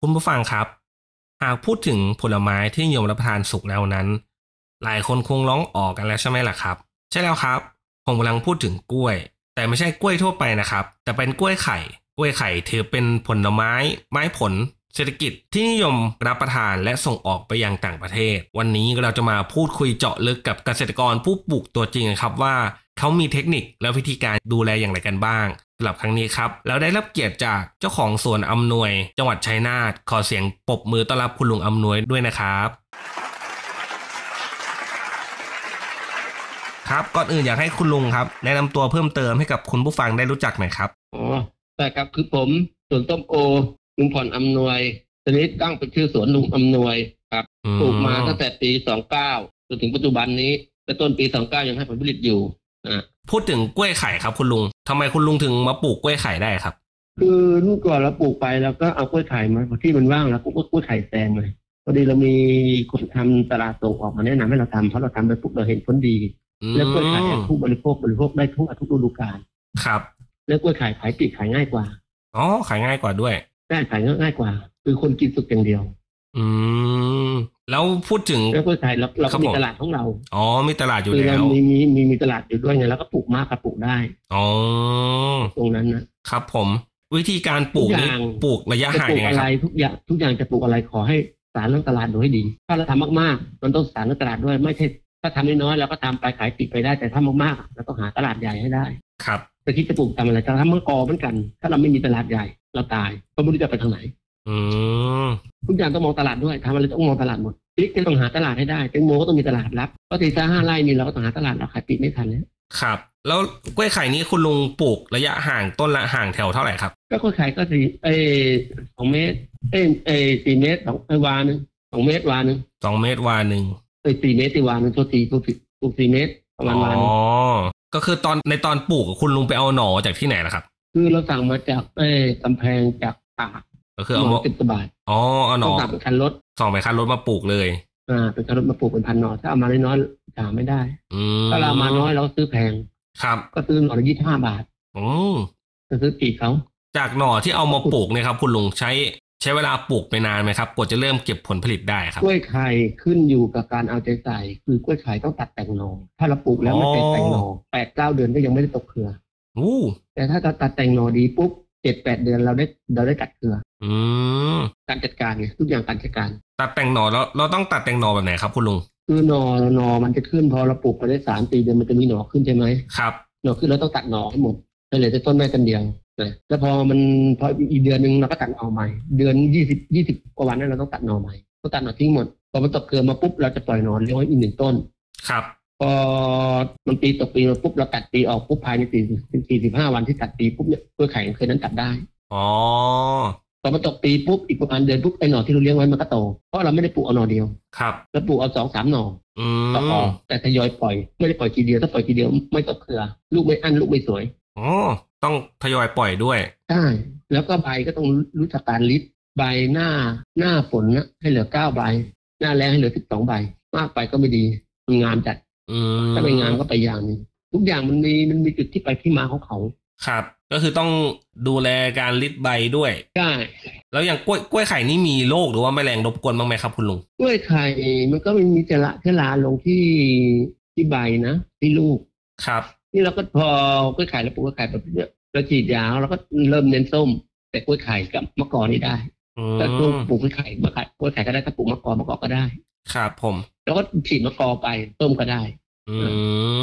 คุณผู้ฟังครับ หากพูดถึงผลไม้ที่นิยมรับประทานสุกแล้วนั้น หลายคนคงร้องออกกันแล้วใช่ไหมล่ะครับ ใช่แล้วครับ ผมกำลังพูดถึงกล้วย แต่ไม่ใช่กล้วยทั่วไปนะครับ แต่เป็นกล้วยไข่ กล้วยไข่ถือเป็นผลไม้ ไม้ผล เศรษฐกิจที่นิยมรับประทานและส่งออกไปยังต่างประเทศ วันนี้เราจะมาพูดคุยเจาะลึกกับเกษตรกรผู้ปลูกตัวจริงครับว่า เขามีเทคนิคและวิธีการดูแลอย่างไรกันบ้างสำหรับครั้งนี้ครับ เราได้รับเกียรติจากเจ้าของสวนอำนวย จังหวัดชัยนาทขอเสียงปรบมือต้อนรับคุณลุงอำนวยด้วยนะครับ ครับก่อนอื่นอยากให้คุณลุงครับ แนะนำตัวเพิ่มเติมให้กับคุณผู้ฟังได้รู้จักหน่อยครับ อ๋อได้ครับคือผมสวนต้มโอลุงผ่อนอำนวยตอนนี้ตั้งเป็นชื่อสวนลุงอำนวยครับปลูกมาตั้งแต่ปี 29จนถึงปัจจุบันนี้และต้นปี 29 ยังให้ผลผลิตอยู่ พูดถึงกล้วยไข่ครับคุณลุงทำไมคุณลุงถึงมาปลูกกล้วยไข่ได้ครับ คือรุ่นก่อนเราปลูกไปเราก็เอากล้วยไข่มาพอที่มันว่างเราก็กล้วยไข่แซงเลยพอดีเรามีคนทำตลาดส่งออกมาแนะนำให้เราทำเพราะเราทำไปปุ๊บเราเห็นผลดี อื แล้วกล้วยไข่ ม ผู้บริโภคบริโภคได้ทุกทุกฤดูกาล ครับ แล้วกล้วยไข่ขายปลีกขายง่ายกว่า อ๋อขายง่ายกว่าด้วย ได้ขายง่ายกว่า คือคนกินสุกอย่างเดียว อืมแล้วพูดถึง แล้วกล้วยไข่เราเรา ครั ก็ บผม มีตลาดของเรา อ๋อมีตลาดอยู่ คือ แล้ เรา ว มีมีมีมีตลาดอยู่ด้วยไงแล้วก็ปลูกมากก็ปลูกได้ อ๋อ ตรงนั้นนะครับ ผม วิธีการปลูกนี่ปลูกระยะ จะ ห่าง ปลู ยังกไง อะ ค ไร รับ ทุกอย่างทุกอย่างจะปลูกอะไรขอให้สารเรื่องตลาดดูให้ดี ถ้าเราทำมากๆ มันต้องสารเรื่องตลาดด้วยไม่ใช่ถ้าทำน้อยๆเราก็ทำไปขายติดไปได้แต่ถ้ามากๆเราต้องหาตลาดใหญ่ให้ได้ ครับ แต่ที่จะปลูกทำอะไรจะทำมังกรเหมือนกัน ถ้าเราไม่มีตลาดใหญ่เราตายก็ไม่รู้จะไปทางไหน อืม ทุกอย่างต้องมองตลาดด้วยทำอะไรต้องมองตลาดหมดพริกก็ต้องหาตลาดให้ได้แตงโมก็ต้องมีตลาดรับก็ตีซะห้าไร่นี่เราก็ต้องหาตลาดเราขายติดไม่ทันแล้ว ครับ แล้วกล้วยไข่นี้คุณลุงปลูกระยะห่างต้นละห่างแถวเท่าไหร่ครับ ก็คนขายก็สี่เออสองเมตร เอยเอยสี่เมตรสองเอ้ยวาหนึงสองเมตรวาหนึง สองเมตรวาหนึ่ง เอยสี่เมตรตีวาหนึงตัวสี่ตัวสี่ตัวสี่เมตรประมาอ๋อณวาหนึง ก็คือตอนในตอนปลูกคุณลุงไปเอาหน่อจากที่ไหนล่ะครับ คือเราสั่งมาจากเอยกำแพงจากตาก ก็คือเอามา สิบกว่าบาท อ๋อเอาห ต้ น่ อง อ สั่งเป็นคันรถ ส่องไปคันรถมาปลูกเลย อ่าเป็นคันรถมาปลูกเป็นพันหน่อถ้าเอามาน้อยๆจ่ายไม่ได้ อืม ถ้าเรามาน้อยเราซื้อแพง ครับ ก็ซื้อหน่อละยี่สิบห้าบาท อืม จะซื้อปีกเขา จากหน่อที่เอามาปลูกเนี่ยครับ คุณลุงใช้ใช้เวลาปลูกไปนานไหมครับกว่าจะเริ่มเก็บผลผลิตได้ครับ กล้วยไข่ขึ้นอยู่กับการเอาใจใส่คือกล้วยไข่ต้องตัดแต่งหนอถ้าเราปลูกแล้วไม่เป็นแต่งหนอแปดเก้าเดือนก็ยังไม่ได้ตกเครือ อู้ แต่ถ้าเราตัดแต่งหนอดีปุ๊บเจ็ดแปดเดือนเราได้เราได้ตัดเครือ อืม การจัดการเนี่ยทุกอย่างการจัดการ ตัดแต่งหน่อแล้วเราต้องตัดแต่งหน่อแบบไหนครับ คุณลุง คือหนอหนอมันจะขึ้นพอเราปลูกไปได้สามปีเดือนมันจะมีหนอขึ้นใช่ไหม ครับ หนอขึ้นเราต้องตัดหนอให้หมดแล้วเหลือแต่ต้นไม้ต้นเดียวนะแล้วพอมันพออีกเดือนหนึ่งเราก็ตัดหนอใหม่ เดือนยี่สิบยี่สิบกว่าวันนั้นเราต้องตัดหนอใหม่ต้องตัดหนอทิ้งหมดพอมันตกเครือมาปุ๊บเราจะปล่อยหนอเลี้ยงไว้อีกหนึ่งต้น ครับ พอมันปีตกปีมาปุ๊บเราตัดปีออกปุ๊บภายในสี่สี่สิบห้าวันที่ตัดปีปุ๊บเนี่ยกล้วยไข่เคยนั้นตัดได้ อ๋อ พอมันตกปีปุ๊บอีกประมาณเดือนปุ๊บไอหน่อที่เราเลี้ยงไว้มันก็โตเพราะเราไม่ได้ปลูกเอาหน่อเดียว ครับ เราปลูกเอาสองสามหน่อ อื ต่อออ ม กแต่ทยอยปล่อยไม่ได้ปล่อยทีเดียวถ้าปล่อยทีเดียวไม่ตกเครือ ลูกไม่อั้นลูกไม่สวย อ๋อต้องทยอยปล่อยด้วย ใช่แล้วก็ใบก็ต้องรู้จักการริดใบหน้าหน้าฝนนะให้เหลือเก้าใบ หน้าแรงให้เหลือสิบสองใบ มากไปก็ไม่ดีมันงามจัด อืม ถ้าไม่งามก็ไปอย่างหนึงทุกอย่างมันมีมันมีจุดที่ไปที่มาของเขา ครับ ก็คือต้องดูแลการริดใบด้วย ใช่ แล้วอย่างกล้วยกล้วยไข่นี่มีโรคหรือว่าแมลงรบกวนบ้างไหมครับคุณลุง กล้วยไข่มันก็มันมีเจระเจระลงที่ที่ใบนะที่ลูก ครับ นี่เราก็พอกล้วยไข่แล้วปลูกกล้วยไข่แบบเนี้ยเราฉีดยาเราก็เริ่มเน้นส้ม แต่กล้วยไข่กับมะกอกนี่ได้ อื ถ้าช่วง ม ปลูกกล้วยไข่มะกอกกล้วยไข่ก็ได้ถ้าปลูกมะกอกมะกอกก็ได้ ครับผม แล้วก็ฉีดมะกอกไปส้มก็ได้ อื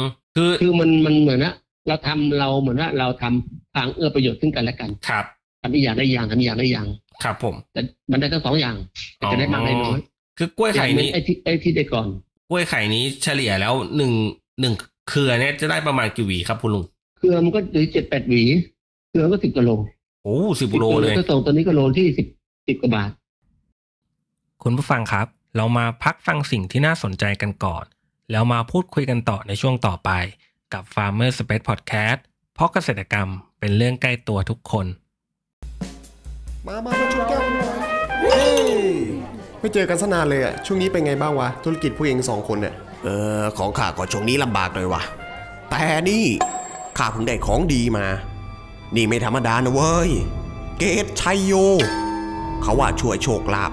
มคือ คือมันมันเหมือนนะเราทำเราเหมือนว่าเราทำทางเอื้อประโยชน์ซึ่งกันและกัน ครับ ทำอีกอย่างได้อย่างทำอีกอย่างได้อย่าง ครับผม แต่มันได้ทั้งสองอย่างแต่จะได้มากได้น้อย คือกล้วยไข่ เม็ด นี้ ไอ้ที่ไอ้ที่ได้ก่อน กล้วยไข่นี้เฉลี่ยแล้วหนึ่งหนึ่งเครือเนี่ยจะได้ประมาณกี่หวีครับคุณลุง เครือมันก็หรือเจ็ดแปดหวี เครือก็สิบกิโล โอ้สิบโลเลย ก็ส่งตัวนี้ก็โลที่สิบสิบกว่าบาท คุณผู้ฟังครับ เรามาพักฟังสิ่งที่น่าสนใจกันก่อน แล้วมาพูดคุยกันต่อในช่วงต่อไปกับ Farmer Space Podcast เพราะเกษตรกรรมเป็นเรื่องใกล้ตัวทุกคน มามามาชนแก้วกันหน่อยเฮ้ยไม่เจอกันสนานเลยอะช่วงนี้เป็นไงบ้างวะ ธุรกิจพวกเองสองคนเนี่ย เออของข้าก็ช่วงนี้ลำบากเลยว่ะ แต่นี่ข้าเพิ่งได้ของดีมา นี่ไม่ธรรมดานะเว้ย เกตชัยโย เขาว่าช่วยโชคลาภ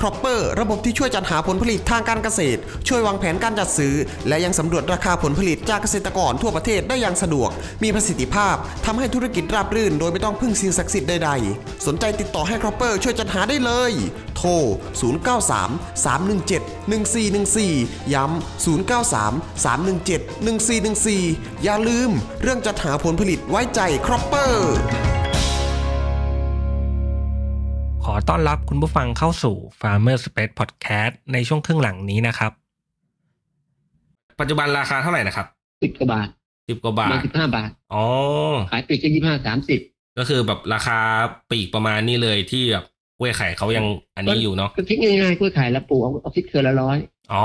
ครอปเปอร์ระบบที่ช่วยจัดหาผลผลิตทางการเกษตร ช่วยวางแผนการจัดซื้อ และยังสำรวจราคาผลผลิตจากเกษตรกรทั่วประเทศได้อย่างสะดวก มีประสิทธิภาพทำให้ธุรกิจราบรื่น โดยไม่ต้องพึ่งสิ่งศักดิ์สิทธิ์ใดๆ สนใจติดต่อให้ครอปเปอร์ช่วยจัดหาได้เลย โทร 093 317 1414 ย้ำ 093 317 1414 อย่าลืม เรื่องจัดหาผลผลิตไว้ใจครอปเปอร์ ขอต้อนรับคุณผู้ฟังเข้าสู่ Farmer Space Podcast ในช่วงครึ่งหลังนี้นะครับ ปัจจุบันราคาเท่าไหร่นะครับ สิบกว่าบาท สิบกว่า ป บา ระมา ท ณสิบห้าบาท อ๋อ ขายปลีกก็ยี่ห้าสามสิบ ก็คือแบบราคาปลีกประมาณนี้เลยที่แบบกล้วยไข่เขายังอันนี้อยู่เนาะ ก็คิดง่ายๆกล้วยขายละปลูกเอาเอาฟิกเครือละร้อย อ๋อ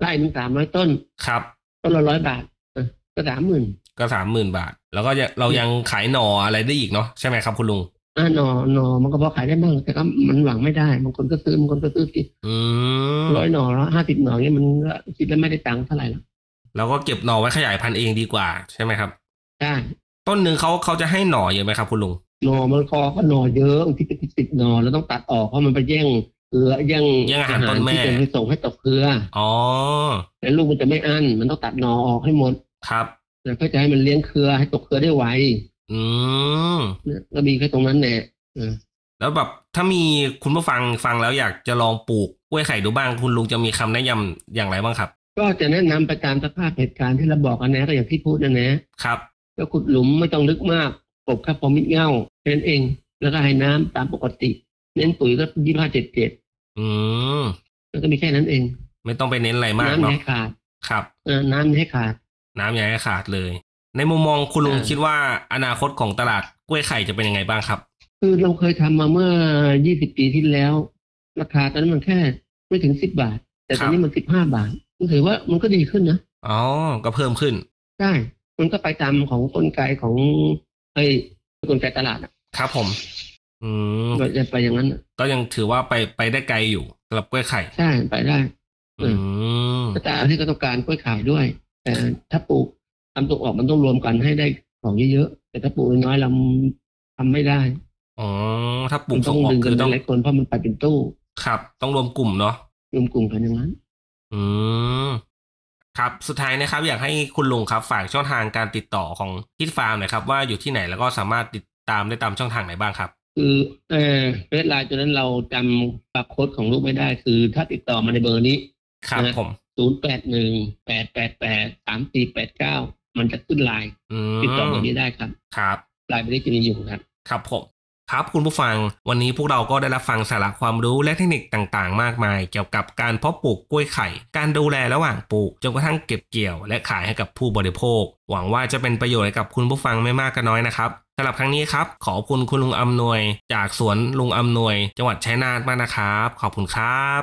ไร่หนึ่งสามร้อยต้น ครับ ต้นละร้อยบาทเออก็สามหมื่น ก็สามหมื่นบาท แล้วก็ยังเรายังขายหน่ออะไรได้อีกเนาะใช่ไหมครับคุณลุง อ่าหนอหนอมันก็พอขายได้บ้างแต่ก็มันหวังไม่ได้บางคนก็ซื้อบางคนก็ซื้อกิน อืม ร้อยหนอร้อยห้าสิบหนอเนี่ยมันก็คิดแล้วไม่ได้ตังค์เท่าไหร่หรอก แล้วก็เก็บหน่อไว้ขยายพันธุ์เองดีกว่าใช่ไหมครับ ได้ ต้นหนึ่งเขาเขาจะให้หน่อเยอะไหมครับคุณลุง หนอมันคอก็หนอเยอะบางทีเป็นสิบหนอแล้วต้องตัดออกเพราะมันไปแย่งเกลือแย่ง ยังอาหารต้นแม่ ที่จะไปส่งให้ตกเครือ อ๋อ แล้วลูกมันจะไม่อั้นมันต้องตัดหนอออกให้หมด ครับ นะเพื่อจะให้มันเลี้ยงเครือให้ตกเครือได้ไว อืม นะก็มีแค่ตรงนั้นแหละเออ แล้วแบบถ้ามีคุณผู้ฟังฟังแล้วอยากจะลองปลูกกล้วยไข่ดูบ้างคุณลุงจะมีคำแนะนำอย่างไรบ้างครับ ก็จะแนะนำไปตามสภาพเหตุการณ์ที่เราบอกกันนะก็อย่างที่พูดนะนะครับ ก็ขุดหลุมไม่ต้องลึกมากกลบแค่พอมิดเหง่าแค่นั้นเอง แล้วก็ให้น้ำตามปกติ เน้นปุ๋ยก็ยี่ห้าเจ็ดเจ็ด อืม แล้วก็มีแค่นั้นเอง ไม่ต้องไปเน้นอะไรมาก น้ำอย่า เนาะ ให้ขาด ครับ เออน้ำอย่าให้ขาด น้ำอย่าให้ขาดเลย ในมุมมองคุณลุง อ่า คิดว่าอนาคตของตลาดกล้วยไข่จะเป็นยังไงบ้างครับ คือเราเคยทำมาเมื่อยี่สิบปีที่แล้ว ราคาตอนนั้นมันแค่ไม่ถึงสิบบาท แต่ตอนนี้มันสิบห้าบาทก็ถือว่ามันก็ดีขึ้นนะ อ๋อ ก็เพิ่มขึ้น ใช่มันก็ไปตามของกลไกของไอ้กลไกตลาดอะ ครับผม อืม เราจะไปอย่างนั้นอะ ก็ยังถือว่าไปไปได้ไกลอยู่สำหรับกล้วยไข่ ใช่ไปได้ อื อืม ก็ตามที่ก็ต้องการกล้วยขายด้วย แต่ถ้าปลูกทำตัวออกมันต้องรวมกันให้ได้ของเยอะๆแต่ถ้าปลูกน้อยๆเราทำไม่ได้ อ๋อ ถ้าปลู มั ก นส่ต้อง งออก ดึงกั คือนต้อง หลายคนเพราะมันไปเป็นตู้ ครับ ต้องรวมกลุ่มเนาะ รวมกลุ่มกันอย่างนั้น อืม ครับ สุดท้ายนะครับ อยากให้คุณลุงครับ ฝากช่องทางการติดต่อของคิดฟาร์มหน่อยครับ ว่าอยู่ที่ไหนแล้วก็สามารถติดตามได้ตามช่องทางไหนบ้างครับ คือเออเฟซไลน์ตัวนั้นเราจำปาร์โค้ดของลูกไม่ได้ คือถ้าติดต่อมาในเบอร์นี้ ครับ นะ ผม ศูนย์แปดหนึ่งแปดแปดแปดสามสี่แปดเก้ามันจะขึ้นไลน์ อืม ติดต่อมานี้ได้ครับ ครับ ไลน์ไม่ได้จะมีอยู่ครับ ครับผมครับคุณผู้ฟัง วันนี้พวกเราก็ได้รับฟังสาระความรู้และเทคนิคต่างๆ มากมาย เกี่ยวกับการเพาะปลูกกล้วยไข่ การดูแลระหว่างปลูกจนกระทั่งเก็บเกี่ยว และขายให้กับผู้บริโภค หวังว่าจะเป็นประโยชน์ให้กับคุณผู้ฟังไม่มากก็น้อยนะครับสำหรับครั้งนี้ครับ ขอบคุณคุณลุงอำนวย จากสวนลุงอำนวย จังหวัดชัยนาทมากนะครับ ขอบคุณครับ